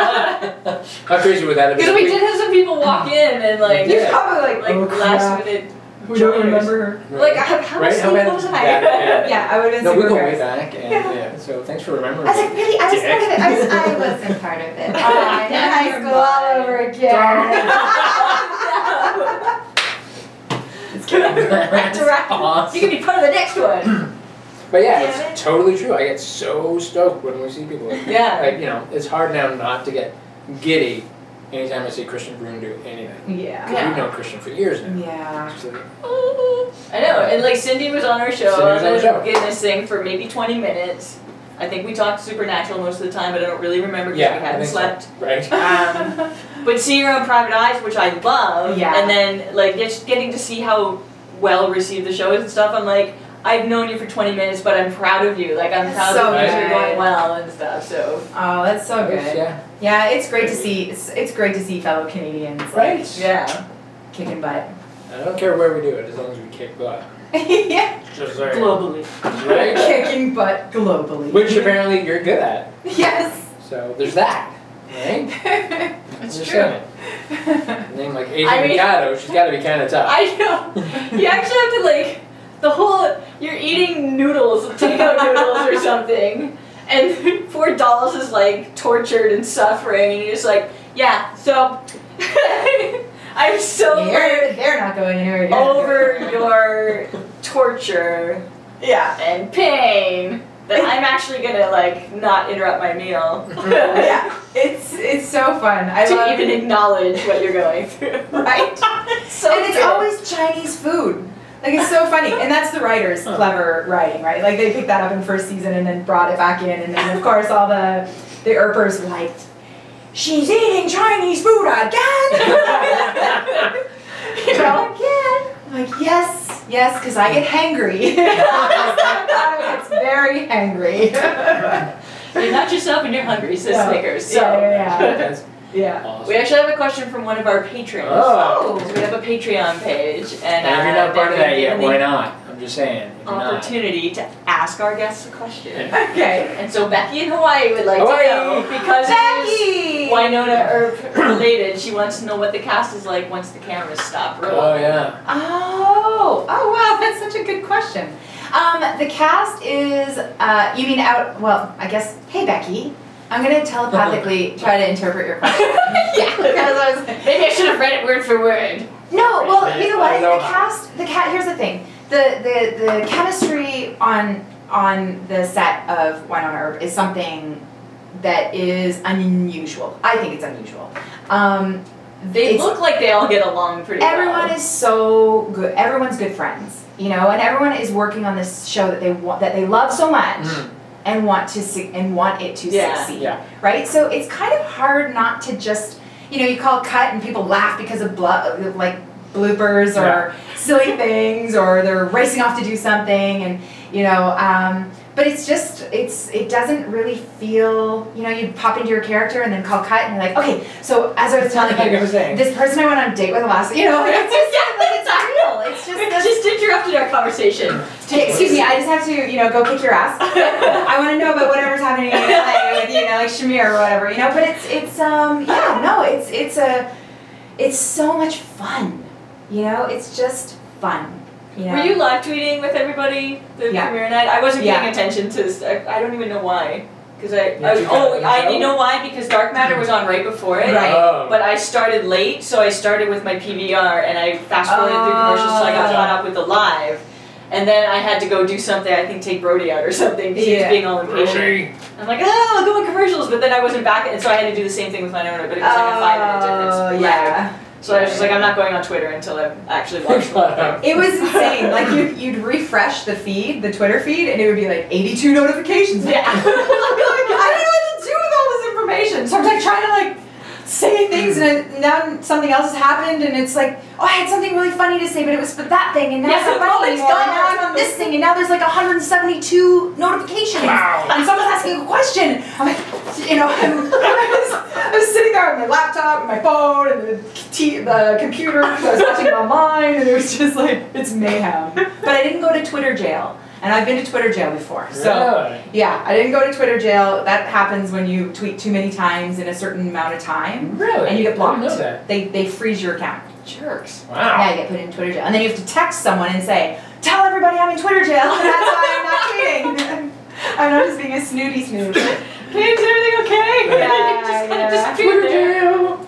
Speaker 3: How crazy would that have
Speaker 2: Because
Speaker 3: been?
Speaker 2: we did have some people walk in and like,
Speaker 3: Yeah.
Speaker 4: Probably like.
Speaker 2: like
Speaker 3: Oh,
Speaker 2: last
Speaker 4: crap.
Speaker 2: minute.
Speaker 4: We don't
Speaker 2: joiners.
Speaker 4: remember.
Speaker 2: Like, how, how
Speaker 3: Right,
Speaker 2: much
Speaker 3: how
Speaker 2: sleep
Speaker 3: bad
Speaker 2: was
Speaker 3: is
Speaker 2: I?
Speaker 3: that? Yeah.
Speaker 4: Yeah, I would have
Speaker 3: No,
Speaker 4: been
Speaker 3: we
Speaker 4: super
Speaker 3: go way
Speaker 4: embarrassed.
Speaker 3: back, and
Speaker 4: Yeah.
Speaker 3: yeah. So thanks for
Speaker 4: I
Speaker 3: remembering.
Speaker 4: was like, really? I was
Speaker 3: Dick.
Speaker 4: part of it. I was. I wasn't part of it. Oh, I'm in high
Speaker 2: Never
Speaker 4: school all
Speaker 2: mind.
Speaker 4: over again.
Speaker 3: That's
Speaker 2: Direct. You
Speaker 3: awesome.
Speaker 2: can be part of the next one.
Speaker 3: But yeah,
Speaker 2: Damn
Speaker 3: it's totally true. I get so stoked when we see people. Like,
Speaker 2: Yeah.
Speaker 3: Like you know, it's hard now not to get giddy anytime I see Christian Bruin do anything.
Speaker 4: yeah.
Speaker 3: 'Cause
Speaker 2: Yeah.
Speaker 3: we've known Christian for years now.
Speaker 4: Yeah.
Speaker 3: It's like,
Speaker 2: I know, and like Cindy was on our show,
Speaker 3: Cindy was on the show.
Speaker 2: getting this thing for maybe 20 minutes. I think we talked supernatural most of the time, but I don't really remember because
Speaker 3: Yeah,
Speaker 2: we
Speaker 3: I
Speaker 2: hadn't
Speaker 3: think so.
Speaker 2: slept.
Speaker 3: right.
Speaker 2: Um, but seeing her on Private Eyes, which I love,
Speaker 4: Yeah.
Speaker 2: and then like just getting to see how well received the show is and stuff. I'm like, I've known you for 20 minutes, but I'm proud of you. Like I'm proud
Speaker 4: So
Speaker 2: of you. You're
Speaker 4: good.
Speaker 2: going well and stuff. So
Speaker 4: Oh, that's so
Speaker 3: Yes,
Speaker 4: good.
Speaker 3: Yeah.
Speaker 4: Yeah, it's great to see. It's, it's great to see fellow Canadians like,
Speaker 3: Right.
Speaker 2: yeah,
Speaker 4: kicking butt.
Speaker 3: I don't care where we do it, as long as we kick butt.
Speaker 4: yeah,
Speaker 3: Just like
Speaker 2: globally.
Speaker 3: right.
Speaker 4: kicking butt globally.
Speaker 3: Which apparently you're good at.
Speaker 4: yes.
Speaker 3: So there's that. Right.
Speaker 2: It's
Speaker 3: Just
Speaker 2: true.
Speaker 3: saying. A Name like Adrian
Speaker 2: I mean-
Speaker 3: Mikado, she's got to be kind of tough.
Speaker 2: I know. You actually have to like the whole. You're eating noodles, takeout noodles or something, and poor Dolls is like tortured and suffering, and you're just like, yeah. So I'm so
Speaker 4: They're, they're not going anywhere.
Speaker 2: like, over your torture
Speaker 4: Yeah.
Speaker 2: and pain that I'm actually gonna like not interrupt my meal to
Speaker 4: Yeah. It's it's so fun. I love
Speaker 2: even acknowledge what you're going through.
Speaker 4: Right.
Speaker 2: So
Speaker 4: and it's
Speaker 2: good.
Speaker 4: always Chinese food. Like it's so funny, and that's the writers' clever writing, right? Like they picked that up in first season and then brought it back in, and then of course all the the erpers were like, "She's eating Chinese food again." you know? I'm like, yes, yes, because I get hangry. Sometimes it's very hangry.
Speaker 2: You're not yourself and you're hungry, says
Speaker 4: Yeah.
Speaker 2: Snickers. So
Speaker 4: Yeah, yeah, yeah.
Speaker 3: That's
Speaker 4: yeah.
Speaker 3: awesome.
Speaker 2: we actually have a question from one of our patrons.
Speaker 3: Oh.
Speaker 2: 'Cause We have a Patreon page, and,
Speaker 3: And if you're
Speaker 2: uh,
Speaker 3: not part of
Speaker 2: they've
Speaker 3: that
Speaker 2: been
Speaker 3: yet,
Speaker 2: given
Speaker 3: why
Speaker 2: the
Speaker 3: not? I'm just saying. If you're not.
Speaker 2: Opportunity to ask our guests a question.
Speaker 4: Okay.
Speaker 2: And so Becky in Hawaii would like
Speaker 3: Hawaii.
Speaker 2: to know because it
Speaker 4: Becky!
Speaker 2: is Winona Earp related. She wants to know what the cast is like once the cameras stop rolling.
Speaker 3: Oh yeah.
Speaker 4: Oh, oh wow, that's such a good question. Um, the cast is, uh, you mean out, well, I guess, hey Becky, I'm gonna telepathically try to interpret your question.
Speaker 2: Yeah.
Speaker 4: Because I was
Speaker 2: Maybe I should have read it word for word.
Speaker 4: No, well, you know what?
Speaker 3: I know
Speaker 4: The
Speaker 3: how.
Speaker 4: cast, the cat. Here's the thing: the the the chemistry on on the set of Wine on Earth is something that is unusual. I think it's unusual. Um,
Speaker 2: They
Speaker 4: It's-
Speaker 2: look like they all get along pretty
Speaker 4: everyone
Speaker 2: well.
Speaker 4: is so good. Everyone's good friends, you know, and everyone is working on this show that they want that they love so much
Speaker 3: Mm.
Speaker 4: and want to su- and want it to
Speaker 2: Yeah.
Speaker 4: succeed
Speaker 3: Yeah.
Speaker 4: right? So it's kind of hard not to just, you know, you call cut and people laugh because of blo- like bloopers or silly things or they're racing off to do something and you know, um, but it's just it's it doesn't really feel you know you pop into your character and then call cut and you're like okay so as I was telling
Speaker 3: Like I
Speaker 4: you
Speaker 3: was saying.
Speaker 4: this person I went on a date with last you know like, it's just like, it's real it's just
Speaker 2: It
Speaker 4: this-
Speaker 2: just interrupted our conversation.
Speaker 4: Hey, excuse me, I just have to, you know, go kick your ass. I want to know about whatever's happening in LA with, you know, like Shamir or whatever, you know. But it's, it's, um, yeah, no, it's, it's a, it's so much fun, you know. It's just fun, you know.
Speaker 2: Were you live tweeting with everybody the
Speaker 4: Yeah.
Speaker 2: premiere night? I wasn't
Speaker 4: Yeah.
Speaker 2: paying attention to this. I, I don't even know why. Because I,
Speaker 3: Yeah,
Speaker 2: I was,
Speaker 3: you got
Speaker 2: oh,
Speaker 3: it.
Speaker 2: I, you know why? Because Dark Matter was on right before it.
Speaker 4: Right.
Speaker 3: Oh.
Speaker 2: But I started late, so I started with my PVR and I fast forwarded through commercials, so I got
Speaker 4: Oh.
Speaker 2: caught up with the live. And then I had to go do something. I think take Brody out or something. 'cause He was
Speaker 4: Yeah.
Speaker 2: being all impatient.
Speaker 3: Brody.
Speaker 2: I'm like, oh, I'll go in commercials, but then I wasn't back, and so I had to do the same thing with my owner, but it was like a five minute difference.
Speaker 4: Oh,
Speaker 2: live.
Speaker 4: yeah.
Speaker 2: So I was just like, I'm not going on Twitter until I've actually watched the whole thing.
Speaker 4: It was insane. Like you, you'd refresh the feed, the Twitter feed, and it would be like 82 notifications.
Speaker 2: Yeah.
Speaker 4: I don't know what to do with all this information. So I'm like trying to like say things, and I- now something else has happened, and it's like, oh, I had something really funny to say, but it was for that thing, and now
Speaker 2: Yeah,
Speaker 4: it's not
Speaker 2: well,
Speaker 4: funny
Speaker 2: it's
Speaker 4: anymore.
Speaker 2: gone.
Speaker 4: and now I'm on this thing, and now there's like 172 notifications, and someone's asking a question. I'm like, you know, I'm, I, was, I was sitting there with my laptop, and my phone, and the, t- the computer, because I was watching it online, and it was just like, it's mayhem. But I didn't go to Twitter jail, and I've been to Twitter jail before, so.
Speaker 3: Really?
Speaker 4: Yeah, I didn't go to Twitter jail. That happens when you tweet too many times in a certain amount of time.
Speaker 3: Really?
Speaker 4: And you get blocked.
Speaker 3: I didn't know that.
Speaker 4: They, they freeze your account.
Speaker 2: Jerks.
Speaker 4: Yeah,
Speaker 3: Wow.
Speaker 4: you get put in Twitter jail. And then you have to text someone and say, Tell everybody I'm in Twitter jail, and that's why I'm not tweeting. I'm not just being a snooty snoot.
Speaker 2: Hey, is everything okay?
Speaker 4: Yeah,
Speaker 2: just kind
Speaker 4: yeah.
Speaker 2: of disappeared there.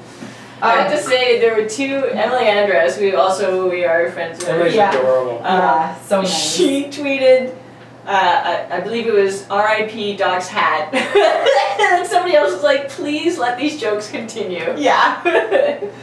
Speaker 2: I have
Speaker 4: Um,
Speaker 2: to say, there were two, Emily Andress, we also, we are friends with her.
Speaker 3: Emily's
Speaker 4: Yeah.
Speaker 3: adorable.
Speaker 4: yeah, uh, so nice.
Speaker 2: She tweeted, uh, I, I believe it was RIP Doc's hat. and somebody else was like, please let these jokes continue.
Speaker 4: yeah.
Speaker 2: it's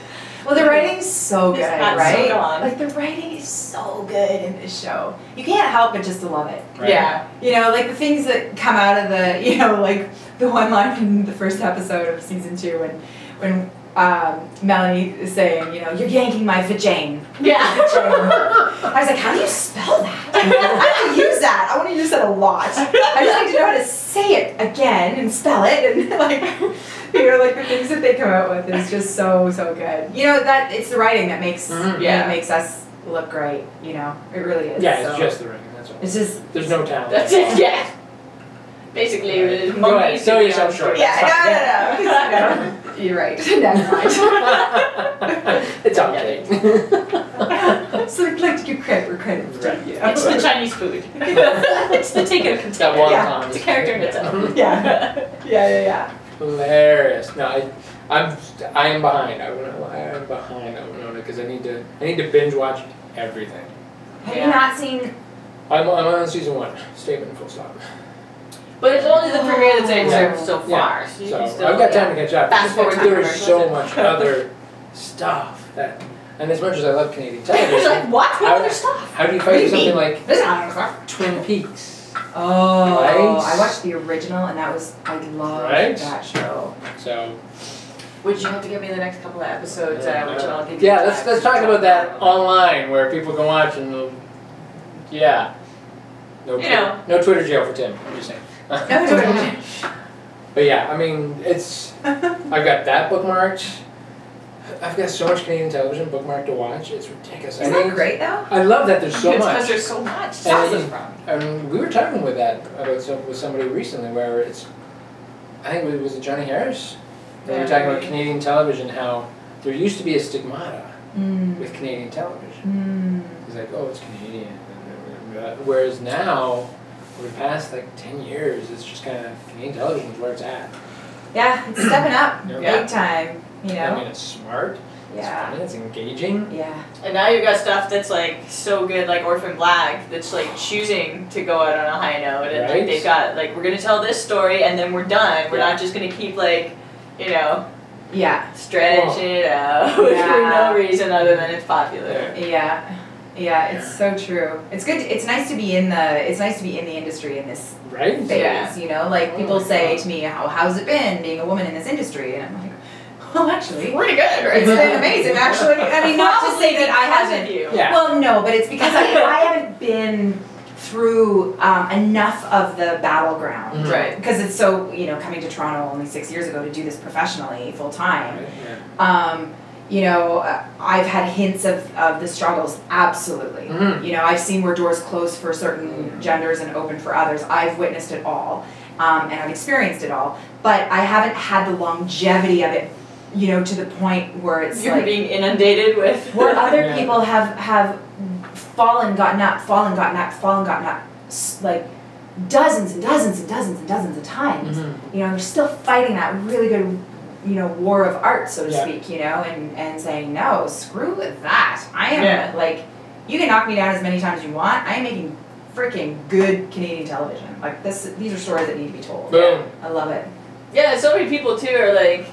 Speaker 4: Well, the writing's so good,
Speaker 2: not so
Speaker 4: right?
Speaker 2: gone.
Speaker 4: like the writing is so good in this show. You can't help but just to love it.
Speaker 3: Right.
Speaker 2: Yeah.
Speaker 4: You know, like the things that come out of the, you know, like the one line in the first episode of season two when, when um, Melanie is saying, you know, you're yanking my vajane.
Speaker 2: Yeah.
Speaker 4: I was like, how do you spell that? I want to use that. I want to use that a lot. I just like to know how to say it again and spell it and like, you know, like the things that they come out with is just so so good. You know that it's the writing that makes
Speaker 3: Mhm.
Speaker 2: Yeah.
Speaker 4: that makes us look great. You know, it really is.
Speaker 3: Yeah, it's
Speaker 4: so.
Speaker 3: just the ring. That's all.
Speaker 4: It's just
Speaker 3: There's no talent.
Speaker 2: That's it, yeah. Basically, it was
Speaker 3: Go
Speaker 2: monkeys
Speaker 3: ahead, sell
Speaker 2: in the
Speaker 3: yourself
Speaker 2: outdoor.
Speaker 3: short.
Speaker 4: yeah, no, no, no, 'cause, you know, you're right. Never mind.
Speaker 3: it's okay.
Speaker 4: so we'd like to give credit where credit is due.
Speaker 3: Right.
Speaker 4: Yeah.
Speaker 2: It's the Chinese food. it's the take it
Speaker 3: That one
Speaker 2: container.
Speaker 4: Yeah,
Speaker 3: time.
Speaker 2: It's a character in itself.
Speaker 4: Yeah. yeah, yeah, yeah.
Speaker 3: Hilarious. No, I, I'm, I am behind. I, wanna- I am behind on Winona because I need to, I need to binge watch everything.
Speaker 4: Have
Speaker 2: Yeah.
Speaker 4: you not seen?
Speaker 3: I'm, I'm on season one. Statement. Full stop.
Speaker 2: But it's only the premiere that's observed
Speaker 3: Yeah.
Speaker 2: so far. So, you
Speaker 3: So
Speaker 2: can still,
Speaker 3: I've got
Speaker 2: yeah.
Speaker 3: time to catch up.
Speaker 2: Fast
Speaker 3: It's just like
Speaker 2: forward
Speaker 3: there is
Speaker 2: through
Speaker 3: so
Speaker 2: commercials.
Speaker 3: much other stuff that, and as much as I love Canadian
Speaker 2: It's
Speaker 3: television,
Speaker 2: like, what? What
Speaker 3: How-
Speaker 2: other stuff?
Speaker 3: how do you
Speaker 4: What do
Speaker 3: fight
Speaker 4: you
Speaker 3: something
Speaker 4: mean?
Speaker 3: like
Speaker 4: This is not
Speaker 3: Twin Peaks?
Speaker 4: Oh,
Speaker 3: Right?
Speaker 4: I watched the original, and that was I loved
Speaker 3: Right?
Speaker 4: that show.
Speaker 3: So
Speaker 5: Which you have to give me the next couple of episodes, uh, which I'll give you.
Speaker 3: Yeah, let's,
Speaker 5: time
Speaker 3: let's
Speaker 5: to
Speaker 3: talk about that online where people can watch and, uh, yeah. No,
Speaker 2: You
Speaker 3: twi-
Speaker 2: know.
Speaker 3: no Twitter jail for Tim, I'm just saying.
Speaker 4: No, George.
Speaker 3: But yeah, I mean, it's, I've got that bookmarked. I've got so much Canadian television bookmarked to watch, it's ridiculous. I
Speaker 4: Isn't that
Speaker 3: think-
Speaker 4: great though?
Speaker 3: I love that there's so
Speaker 2: it's
Speaker 3: much.
Speaker 2: because there's so much. It's
Speaker 3: And
Speaker 2: awesome.
Speaker 3: it's- And we were talking with that about some, with somebody recently where it's, I think it was it Johnny Harris. And we were talking about
Speaker 2: Yeah.
Speaker 3: Canadian television, how there used to be a stigmata
Speaker 4: Mm.
Speaker 3: with Canadian television.
Speaker 4: Mm.
Speaker 3: It's like, oh, it's Canadian. and blah, blah, blah. Whereas now, over the past like ten years, it's just kind of Canadian television is where it's at.
Speaker 4: Yeah, it's stepping up
Speaker 3: Yeah.
Speaker 4: big time, you
Speaker 3: I
Speaker 4: know?
Speaker 3: mean, it's smart.
Speaker 4: Yeah.
Speaker 3: It's fun. It's engaging.
Speaker 4: Yeah.
Speaker 2: And now you've got stuff that's like so good, like Orphan Black, that's like choosing to go out on a high note, and like
Speaker 3: Right.
Speaker 2: they've got like we're gonna tell this story and then we're done. We're
Speaker 3: Yeah.
Speaker 2: not just gonna keep like, you know,
Speaker 4: Yeah.
Speaker 2: stretching it out for
Speaker 4: Yeah.
Speaker 2: no reason other than it's popular.
Speaker 3: Yeah.
Speaker 4: Yeah. Yeah, it's so true. It's good it's nice to be in the it's nice to be in the industry in this
Speaker 3: Right.
Speaker 4: phase,
Speaker 2: Yeah.
Speaker 4: you know? Like
Speaker 3: Oh
Speaker 4: people
Speaker 3: my
Speaker 4: say
Speaker 3: God.
Speaker 4: to me, How how's it been being a woman in this industry? And I'm like, Well actually
Speaker 2: Pretty good, right?
Speaker 4: it's been amazing actually. I mean not to say that I haven't
Speaker 2: Because of you.
Speaker 3: Yeah.
Speaker 4: Well, no, but it's because I, I haven't been through um, enough of the battleground.
Speaker 3: Mhm.
Speaker 2: Right.
Speaker 4: Because it's so, you know, coming to Toronto only six years ago to do this professionally, full time.
Speaker 3: Right, yeah.
Speaker 4: Um, you know, uh, I've had hints of, of the struggles, absolutely.
Speaker 3: Mhm.
Speaker 4: You know, I've seen where doors close for certain genders and open for others. I've witnessed it all, um, and I've experienced it all. But I haven't had the longevity of it, you know, to the point where it's
Speaker 2: You're
Speaker 4: like
Speaker 2: being inundated with
Speaker 4: where other
Speaker 3: Yeah.
Speaker 4: people have have fallen, gotten up, fallen, gotten up, fallen, gotten up, s- like dozens and dozens and dozens and dozens of times.
Speaker 3: Mhm.
Speaker 4: You know, they're still fighting that really good, you know, war of art, so to
Speaker 3: Yeah.
Speaker 4: speak. You know, and and saying no, screw with that. I am
Speaker 2: Yeah.
Speaker 4: like, you can knock me down as many times as you want. I am making freaking good Canadian television. Like this, these are stories that need to be told.
Speaker 3: Boom.
Speaker 4: I love it.
Speaker 2: Yeah, so many people too are like,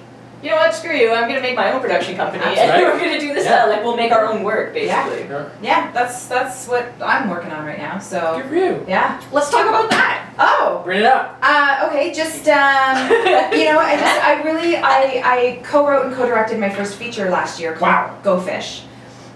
Speaker 2: you know what, screw you, I'm gonna make my own production company and
Speaker 3: Right.
Speaker 2: we're gonna do this
Speaker 3: Yeah.
Speaker 2: uh, like we'll make our own work
Speaker 4: Yeah.
Speaker 2: basically.
Speaker 4: Yeah, that's that's what I'm working on right now. So
Speaker 3: Good for you.
Speaker 4: yeah.
Speaker 2: Let's talk about that.
Speaker 4: Oh.
Speaker 3: Bring it up.
Speaker 4: Uh, okay, just um, you know, I just I really I I co-wrote and co-directed my first feature last year called
Speaker 3: Wow.
Speaker 4: Go Fish,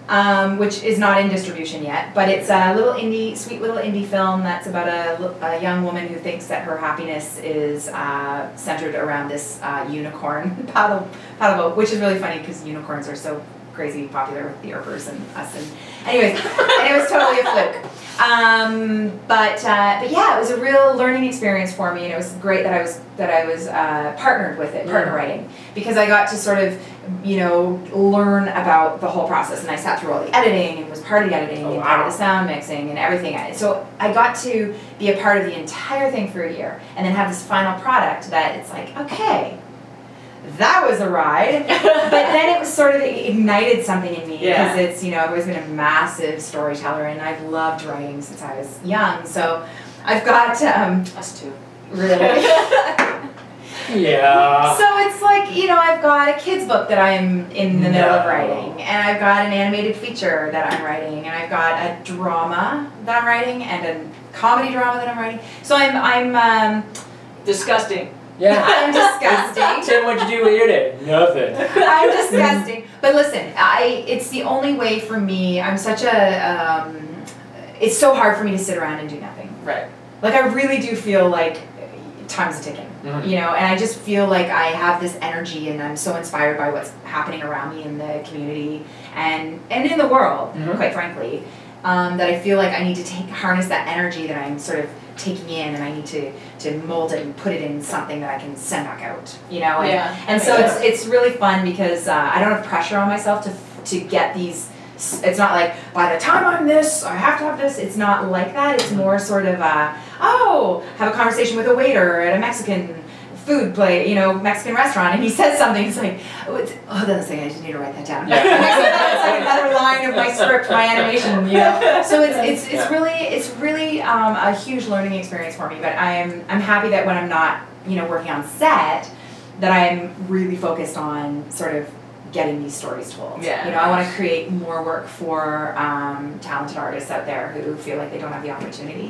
Speaker 4: um, which is not in distribution yet, but it's a little indie, sweet little indie film that's about a, l- a young woman who thinks that her happiness is uh, centered around this uh, unicorn paddle paddle boat, which is really funny because unicorns are so crazy popular with the Earthers and us and anyways, and it was totally a fluke. Um, but uh, but yeah, it was a real learning experience for me, and it was great that I was that I was uh, partnered with it, partner writing, because I got to sort of you know learn about the whole process, and I sat through all the editing and was part of the editing
Speaker 3: Oh,
Speaker 4: and part
Speaker 3: wow.
Speaker 4: of the sound mixing and everything. So I got to be a part of the entire thing for a year, and then have this final product that it's like okay. That was a ride but then it was sort of it ignited something in me because
Speaker 2: Yeah.
Speaker 4: it's you know I've always been a massive storyteller and I've loved writing since I was young. So I've got um,
Speaker 2: Us too.
Speaker 4: really.
Speaker 3: Yeah.
Speaker 4: so it's like you know I've got a kids book that I'm in the middle of
Speaker 3: No.
Speaker 4: writing, and I've got an animated feature that I'm writing, and I've got a drama that I'm writing, and a comedy drama that I'm writing. So I'm I'm um,
Speaker 2: Disgusting.
Speaker 3: Yeah.
Speaker 4: I'm disgusting.
Speaker 3: Tim, what'd you do with your day? Nothing.
Speaker 4: I'm disgusting. But listen, I it's the only way for me. I'm such a um, it's so hard for me to sit around and do nothing.
Speaker 2: Right.
Speaker 4: Like I really do feel like time's ticking.
Speaker 3: Mhm.
Speaker 4: You know, and I just feel like I have this energy and I'm so inspired by what's happening around me in the community and and in the world,
Speaker 3: Mhm.
Speaker 4: quite frankly. Um, that I feel like I need to take harness that energy that I'm sort of taking in and I need to to mold it and put it in something that I can send back out. You know, and
Speaker 2: yeah.
Speaker 4: Oh, and so it's it's really fun because uh, I don't have pressure on myself to to get these. s- It's not like by the time I'm this, I have to have this. It's not like that. It's more sort of uh, oh, have a conversation with a waiter at a Mexican food play, you know, Mexican restaurant, and he says something. It's like, oh, it's, oh that's the thing. I just need to write that down.
Speaker 3: Yeah.
Speaker 4: That's like another line of my script, my animation, you know. So it's it's it's
Speaker 3: Yeah.
Speaker 4: really it's really um, a huge learning experience for me. But I'm I'm happy that when I'm not you know working on set that I'm really focused on sort of getting these stories told.
Speaker 2: Yeah.
Speaker 4: You know, I want to create more work for um, talented artists out there who feel like they don't have the opportunity.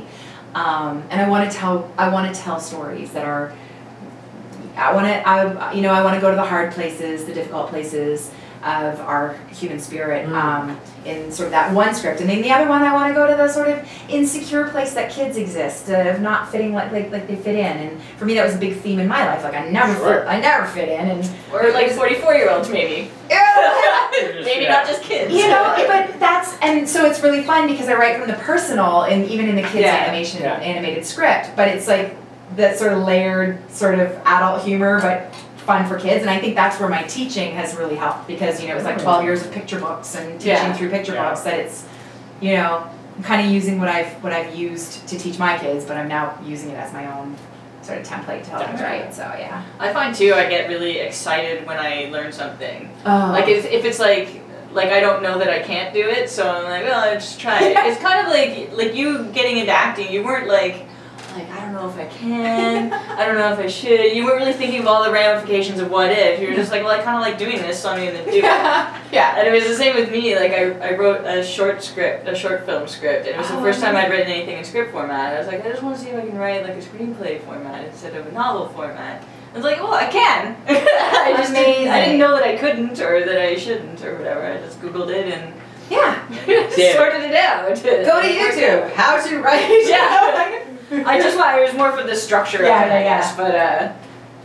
Speaker 4: Um, and I want to tell I want to tell stories that are I want to, I, you know, I want to go to the hard places, the difficult places of our human spirit
Speaker 3: Mm.
Speaker 4: um, in sort of that one script. And then the other one, I want to go to the sort of insecure place that kids exist, uh, of not fitting like, like like they fit in. And for me, that was a big theme in my life. Like I never,
Speaker 3: Sure.
Speaker 4: fit, I never fit in, and
Speaker 2: Or like 44 year olds, maybe. maybe not just kids.
Speaker 4: you know but that's and so it's really fun because i write from the personal and even in the kids
Speaker 2: Yeah.
Speaker 4: animation
Speaker 3: Yeah.
Speaker 4: animated script but it's like that sort of layered sort of adult humor but fun for kids and i think that's where my teaching has really helped because you know it was like 12 years of picture books and teaching
Speaker 2: Yeah.
Speaker 4: through picture
Speaker 3: Yeah.
Speaker 4: books that it's you know i'm kind of using what i've what i've used to teach my kids but i'm now using it as my own sort of template to help them
Speaker 3: That's
Speaker 4: write so yeah
Speaker 2: I find too, I get really excited when I learn something.
Speaker 4: oh
Speaker 2: Like if, if it's like like I don't know that I can't do it, so I'm like, well, I just try it. It's kind of like like you getting into acting. You weren't like like I don't know if I can. I don't know if I should. You weren't really thinking of all the ramifications of what if. You're just like, well, I kind of like doing this, so I'm gonna do it.
Speaker 4: yeah
Speaker 2: And it was the same with me. Like I, I wrote a short script, a short film script, and it was the
Speaker 4: Oh,
Speaker 2: first time
Speaker 4: yeah.
Speaker 2: I'd written anything in script format. I was like, I just want to see if I can write like a screenplay format instead of a novel format. I was like, well, I can. I just didn't, I
Speaker 4: Amazing.
Speaker 2: didn't know that I couldn't or that I shouldn't or whatever. I just googled it and
Speaker 4: yeah
Speaker 3: Yeah.
Speaker 2: sorted it out.
Speaker 4: go to youtube how to write
Speaker 2: Yeah. I just wanted it was more for the structure
Speaker 4: Yeah,
Speaker 2: of it, I
Speaker 4: yeah, yeah.
Speaker 2: guess. But uh,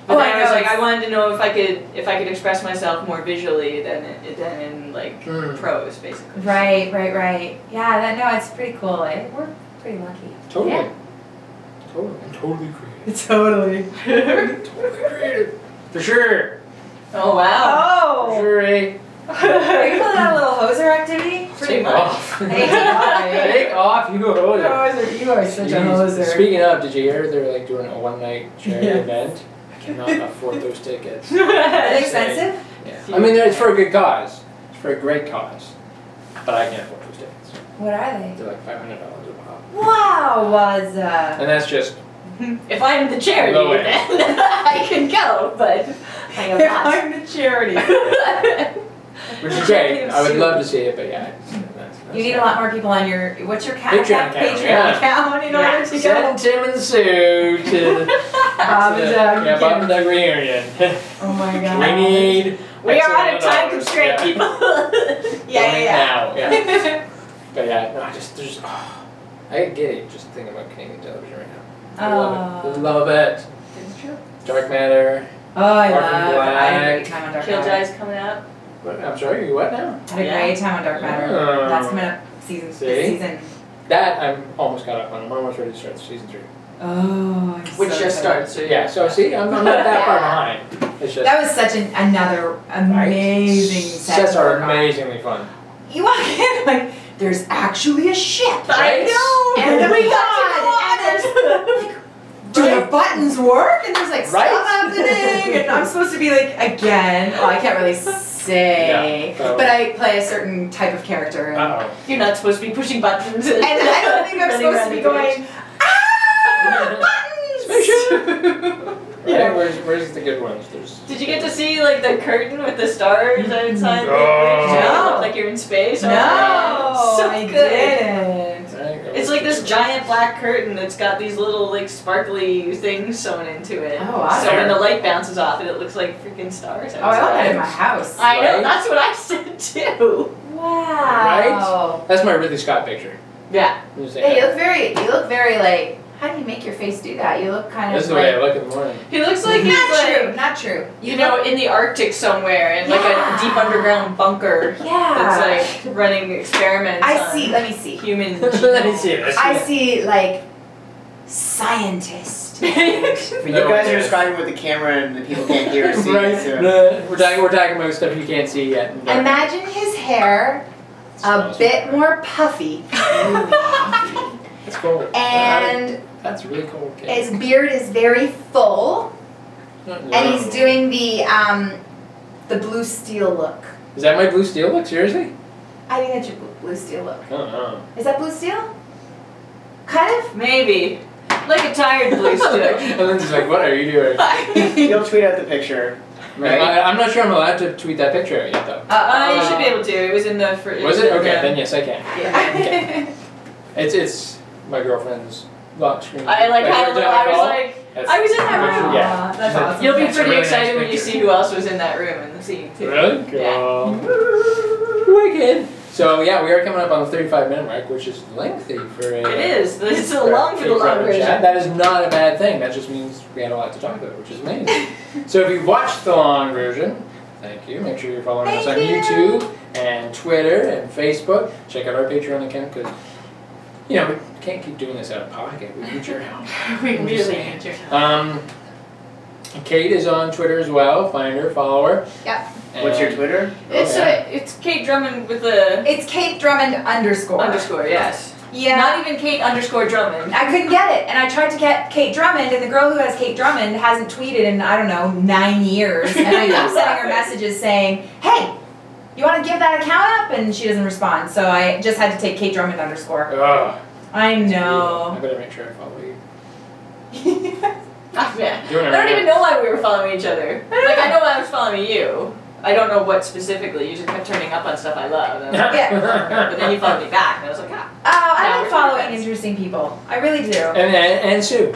Speaker 2: but
Speaker 4: Oh,
Speaker 2: then
Speaker 4: I
Speaker 2: I, was
Speaker 4: know.
Speaker 2: like, I wanted to know if I could if I could express myself more visually than it, than in like
Speaker 3: Mm.
Speaker 2: prose, basically.
Speaker 4: Right, right, right. Yeah, that no, it's pretty cool. It, we're pretty lucky.
Speaker 3: Totally.
Speaker 4: Yeah.
Speaker 3: Totally. I'm totally creative.
Speaker 4: Totally.
Speaker 3: Totally creative. For sure.
Speaker 2: Oh wow.
Speaker 3: For
Speaker 4: Oh,
Speaker 3: sure, eh?
Speaker 4: are you calling that a little hoser activity?
Speaker 2: Pretty
Speaker 3: Take
Speaker 2: much.
Speaker 3: off.
Speaker 4: Hey, bye.
Speaker 3: Take off, you go hoser.
Speaker 4: Hoser, you are such a
Speaker 3: Jeez.
Speaker 4: hoser.
Speaker 3: Speaking of, did you hear they're like doing a one night charity
Speaker 4: Yes.
Speaker 3: event? I cannot afford those tickets.
Speaker 4: Are they
Speaker 2: yeah.
Speaker 4: expensive?
Speaker 3: I mean, it's for a good cause. It's for a great cause. But I can't afford those tickets.
Speaker 4: What are they?
Speaker 3: They're like five hundred dollars a pop,
Speaker 4: Wow, was uh.
Speaker 3: and that's just
Speaker 2: If I'm the charity,
Speaker 3: No way.
Speaker 2: then I can go, but I am not.
Speaker 4: the charity.
Speaker 3: which is great. I would love to see it, but yeah. it's- that's- that's-
Speaker 4: You need a lot more people on your what's your ca-
Speaker 3: Patreon
Speaker 4: account?
Speaker 3: account,
Speaker 4: Patreon
Speaker 3: yeah.
Speaker 4: account in
Speaker 2: Yeah.
Speaker 4: order to go.
Speaker 3: Send Tim and Sue to the,
Speaker 4: Bob
Speaker 3: to
Speaker 4: and
Speaker 3: the-
Speaker 4: Doug.
Speaker 3: Yeah, Bob and Doug reunion.
Speaker 4: Oh my god.
Speaker 3: we need.
Speaker 2: we
Speaker 3: X
Speaker 2: are on a
Speaker 3: amount of
Speaker 2: time
Speaker 3: dollars,
Speaker 2: constraint,
Speaker 3: yeah.
Speaker 2: people.
Speaker 4: Yeah, yeah,
Speaker 3: Now, yeah.
Speaker 4: yeah.
Speaker 3: But yeah, no, I just there's oh, I get it just thinking about Canadian television right now. I love it.
Speaker 4: Oh.
Speaker 3: Love it. Dark Matter.
Speaker 4: Oh, I
Speaker 3: Orphan
Speaker 4: love. I had a
Speaker 3: Black.
Speaker 4: great time on Dark Matter.
Speaker 2: Killjoy's coming out.
Speaker 3: What, I'm sorry, you what now?
Speaker 4: Had a
Speaker 2: Yeah.
Speaker 4: great time on Dark Matter.
Speaker 3: Oh.
Speaker 4: That's coming up season this
Speaker 3: See?
Speaker 4: season.
Speaker 3: That I'm almost caught up on. I'm almost ready to start season three.
Speaker 4: Oh, I'm
Speaker 2: Which
Speaker 4: so
Speaker 2: just
Speaker 4: excited.
Speaker 2: started, so
Speaker 3: Yeah, so see, I'm, I'm not that far behind. It's just
Speaker 4: That was such an, another
Speaker 3: right?
Speaker 4: amazing set.
Speaker 3: Sets
Speaker 4: to
Speaker 3: are
Speaker 4: work on.
Speaker 3: amazingly fun.
Speaker 4: You walk in like there's actually a ship.
Speaker 3: Right?
Speaker 2: I know!
Speaker 4: And then we
Speaker 2: We
Speaker 4: got to
Speaker 2: got to go on it.
Speaker 4: Do the buttons work? And there's like
Speaker 3: Right?
Speaker 4: stuff happening, and I'm supposed to be like again. Well, I can't really say,
Speaker 3: Yeah, so-
Speaker 4: but I play a certain type of character. And,
Speaker 3: Uh
Speaker 2: You're not supposed to be pushing buttons.
Speaker 4: and I don't think I'm supposed to be going. "Ah,
Speaker 3: oh.
Speaker 2: Yeah.
Speaker 3: Right, where's where's the good ones? There's
Speaker 2: Did you get to see like the curtain with the stars outside?
Speaker 3: No.
Speaker 2: It looked like you're in space.
Speaker 4: No,
Speaker 2: Oh, so
Speaker 4: I
Speaker 2: good.
Speaker 4: didn't.
Speaker 3: right, there
Speaker 2: It's
Speaker 3: was-
Speaker 2: like this giant black curtain that's got these little like sparkly things sewn into it.
Speaker 4: Oh, awesome.
Speaker 2: So when the light bounces off it, it looks like freaking stars.
Speaker 4: Oh, I want that in
Speaker 2: outside.
Speaker 4: my house.
Speaker 2: I know.
Speaker 3: Right?
Speaker 2: That's what I said too.
Speaker 4: wow.
Speaker 3: That's my Ridley Scott picture.
Speaker 2: Yeah.
Speaker 3: I'm just
Speaker 4: Yeah,
Speaker 3: saying,
Speaker 4: you look very. You look very like. How do you make your face do that? You look kind
Speaker 3: This is
Speaker 4: of
Speaker 3: the way I
Speaker 4: like.
Speaker 3: look in the morning.
Speaker 2: He looks like he's
Speaker 4: not
Speaker 2: like
Speaker 4: true. Not true.
Speaker 2: you know in the Arctic somewhere in like
Speaker 4: Yeah.
Speaker 2: a deep underground bunker
Speaker 4: Yeah.
Speaker 2: that's like running experiments.
Speaker 4: I
Speaker 2: on
Speaker 4: see. Let me see.
Speaker 2: Human.
Speaker 3: Let me see this.
Speaker 4: I see like scientist.
Speaker 2: genome.
Speaker 6: But
Speaker 3: No.
Speaker 6: you guys are describing with the camera and the people can't hear or see.
Speaker 3: Right.
Speaker 6: so-
Speaker 3: No, we're talking. We're talking about stuff you can't see yet.
Speaker 4: Imagine his hair a
Speaker 3: Smells
Speaker 4: bit
Speaker 3: weird.
Speaker 4: more puffy
Speaker 3: That's cool.
Speaker 4: and
Speaker 3: that's really cool. Okay.
Speaker 4: his beard is very full and he's doing the um the blue steel look.
Speaker 3: Is that my blue steel look? Seriously?
Speaker 4: I think that's your blue- blue steel look.
Speaker 3: I don't know.
Speaker 4: Is that blue steel? Kind of.
Speaker 2: Maybe. Like a tired Uh, blue stick.
Speaker 3: and then he's like, "What are you doing?"
Speaker 6: You'll tweet out the picture. Right.
Speaker 3: I, am not sure I'm allowed to tweet that picture out yet, though.
Speaker 2: Uh, you should be able to. It was in the fr-
Speaker 3: Was it?
Speaker 2: in
Speaker 3: Okay,
Speaker 2: the-
Speaker 3: then yes, I can.
Speaker 2: yeah.
Speaker 3: It's it's my girlfriend's lock screen.
Speaker 2: I like
Speaker 3: Like,
Speaker 2: had a
Speaker 3: we're
Speaker 2: little.
Speaker 3: down
Speaker 2: I
Speaker 3: the
Speaker 2: was
Speaker 3: hall.
Speaker 2: like,
Speaker 3: That's-
Speaker 2: I was in that
Speaker 3: Yeah.
Speaker 2: room.
Speaker 3: Yeah.
Speaker 4: That's awesome.
Speaker 2: You'll be
Speaker 3: That's a
Speaker 2: pretty
Speaker 3: really nice
Speaker 2: excited when you
Speaker 3: picture.
Speaker 2: see who else was in that room and the scene too.
Speaker 3: Really?
Speaker 2: Yeah.
Speaker 3: Wicked. So yeah, we are coming up on the 35 minute mark, which is lengthy for a.
Speaker 2: It is. It's a
Speaker 3: for a
Speaker 2: long for the
Speaker 3: pre-private
Speaker 2: long
Speaker 3: chat.
Speaker 2: version.
Speaker 3: That is not a bad thing. That just means we had a lot to talk about, which is amazing. so if you've watched the long version, thank you. Make sure you're following us on
Speaker 4: Thank you.
Speaker 3: YouTube and Twitter and Facebook. Check out our Patreon account because you know we can't keep doing this out of pocket. We need your help.
Speaker 5: We
Speaker 3: I'm just
Speaker 5: really
Speaker 3: saying.
Speaker 5: need your help.
Speaker 3: Um, Kate is on Twitter as well. Find her, follow her.
Speaker 4: Yep.
Speaker 6: What's your
Speaker 3: And- Oh,
Speaker 6: Twitter?
Speaker 2: It's
Speaker 3: Yeah.
Speaker 2: a, it's Kate Drummond with a
Speaker 4: It's Kate Drummond underscore.
Speaker 2: underscore. Yes.
Speaker 4: Yeah.
Speaker 2: Not even Kate underscore Drummond.
Speaker 4: I couldn't get it, and I tried to get Kate Drummond, and the girl who has Kate Drummond hasn't tweeted in I don't know nine years, and I keep sending her messages saying, "Hey, you want to give that account up?" and she doesn't respond. So I just had to take Kate Drummond underscore.
Speaker 3: Ugh,
Speaker 4: I
Speaker 3: I
Speaker 4: know.
Speaker 3: better make sure I follow you.
Speaker 2: Ah, man.
Speaker 3: Doing it
Speaker 2: I
Speaker 3: right.
Speaker 2: don't even know why we were following each other.
Speaker 4: I don't
Speaker 2: Like I
Speaker 4: know.
Speaker 2: know I was following you. I don't know what specifically. You just kept turning up on stuff I love. And I was like, but then you followed me back, and I was like, ah.
Speaker 4: Oh, I
Speaker 2: Now
Speaker 4: like
Speaker 2: we're
Speaker 4: following
Speaker 2: friends.
Speaker 4: interesting people. I really do.
Speaker 3: And, and, and Sue.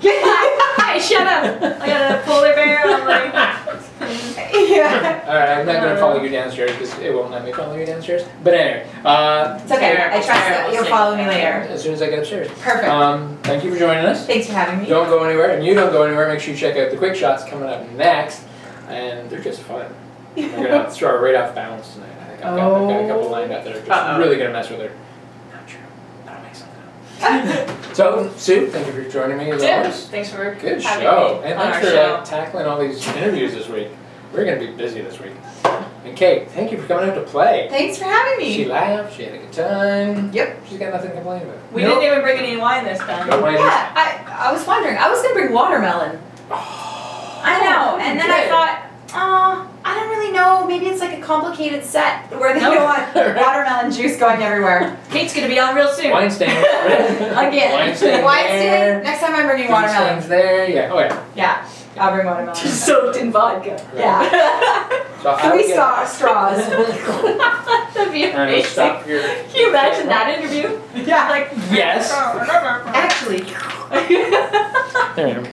Speaker 2: Hey, shut up! I got a polar bear. I'm like,
Speaker 4: yeah.
Speaker 3: Alright, I'm not gonna follow you downstairs because it won't let me follow you downstairs. But anyway, uh,
Speaker 4: It's okay. I
Speaker 2: Terrible,
Speaker 4: trust that
Speaker 2: terrible
Speaker 4: you'll
Speaker 2: thing.
Speaker 4: follow me later.
Speaker 3: as soon as I get upstairs.
Speaker 4: Perfect.
Speaker 3: Um, thank you for joining us.
Speaker 4: Thanks for having me.
Speaker 3: Don't go anywhere, and you don't go anywhere. Make sure you check out the quick shots coming up next, and they're just fun. We're gonna throw her right off balance tonight. I think I've got, I've got a couple lined up that are just
Speaker 2: Uh-oh.
Speaker 3: really gonna mess with her. Not true. That'll make something up. so, Sue, thank you for joining me as
Speaker 2: Tim,
Speaker 3: always.
Speaker 2: thanks for
Speaker 3: Good
Speaker 2: having
Speaker 3: show.
Speaker 2: me
Speaker 3: and
Speaker 2: on
Speaker 3: thanks
Speaker 2: our
Speaker 3: for
Speaker 2: show.
Speaker 3: uh, tackling all these interviews this week. We're going to be busy this week. And Kate, thank you for coming out to play.
Speaker 4: Thanks for having
Speaker 3: She
Speaker 4: me.
Speaker 3: laughed, she had a good time.
Speaker 4: Yep.
Speaker 3: She's got nothing to complain about.
Speaker 2: We
Speaker 4: Nope.
Speaker 2: didn't even bring any wine this time.
Speaker 3: No wine.
Speaker 4: Yeah, I, I was wondering. I was gonna bring watermelon. I know, and then I
Speaker 2: Good.
Speaker 4: thought, oh, I don't really know. Maybe it's like a complicated set where they
Speaker 2: No.
Speaker 4: don't want watermelon juice going everywhere.
Speaker 2: Kate's gonna be on real soon.
Speaker 3: Wine stain.
Speaker 4: Again.
Speaker 3: Wine stain
Speaker 4: Why
Speaker 3: there.
Speaker 4: today? Next time I'm bringing
Speaker 3: Food
Speaker 4: watermelon.
Speaker 3: stains there. Yeah. Oh yeah.
Speaker 4: Yeah, I'll bring watermelon.
Speaker 2: Soaked in vodka.
Speaker 4: Yeah,
Speaker 3: So I would
Speaker 4: three
Speaker 3: get-
Speaker 4: straw straws.
Speaker 2: That'd be
Speaker 3: I would
Speaker 2: amazing.
Speaker 3: stop here.
Speaker 2: Can you imagine that interview?
Speaker 4: Yeah,
Speaker 2: Like
Speaker 3: Yes.
Speaker 4: actually.
Speaker 3: There we go.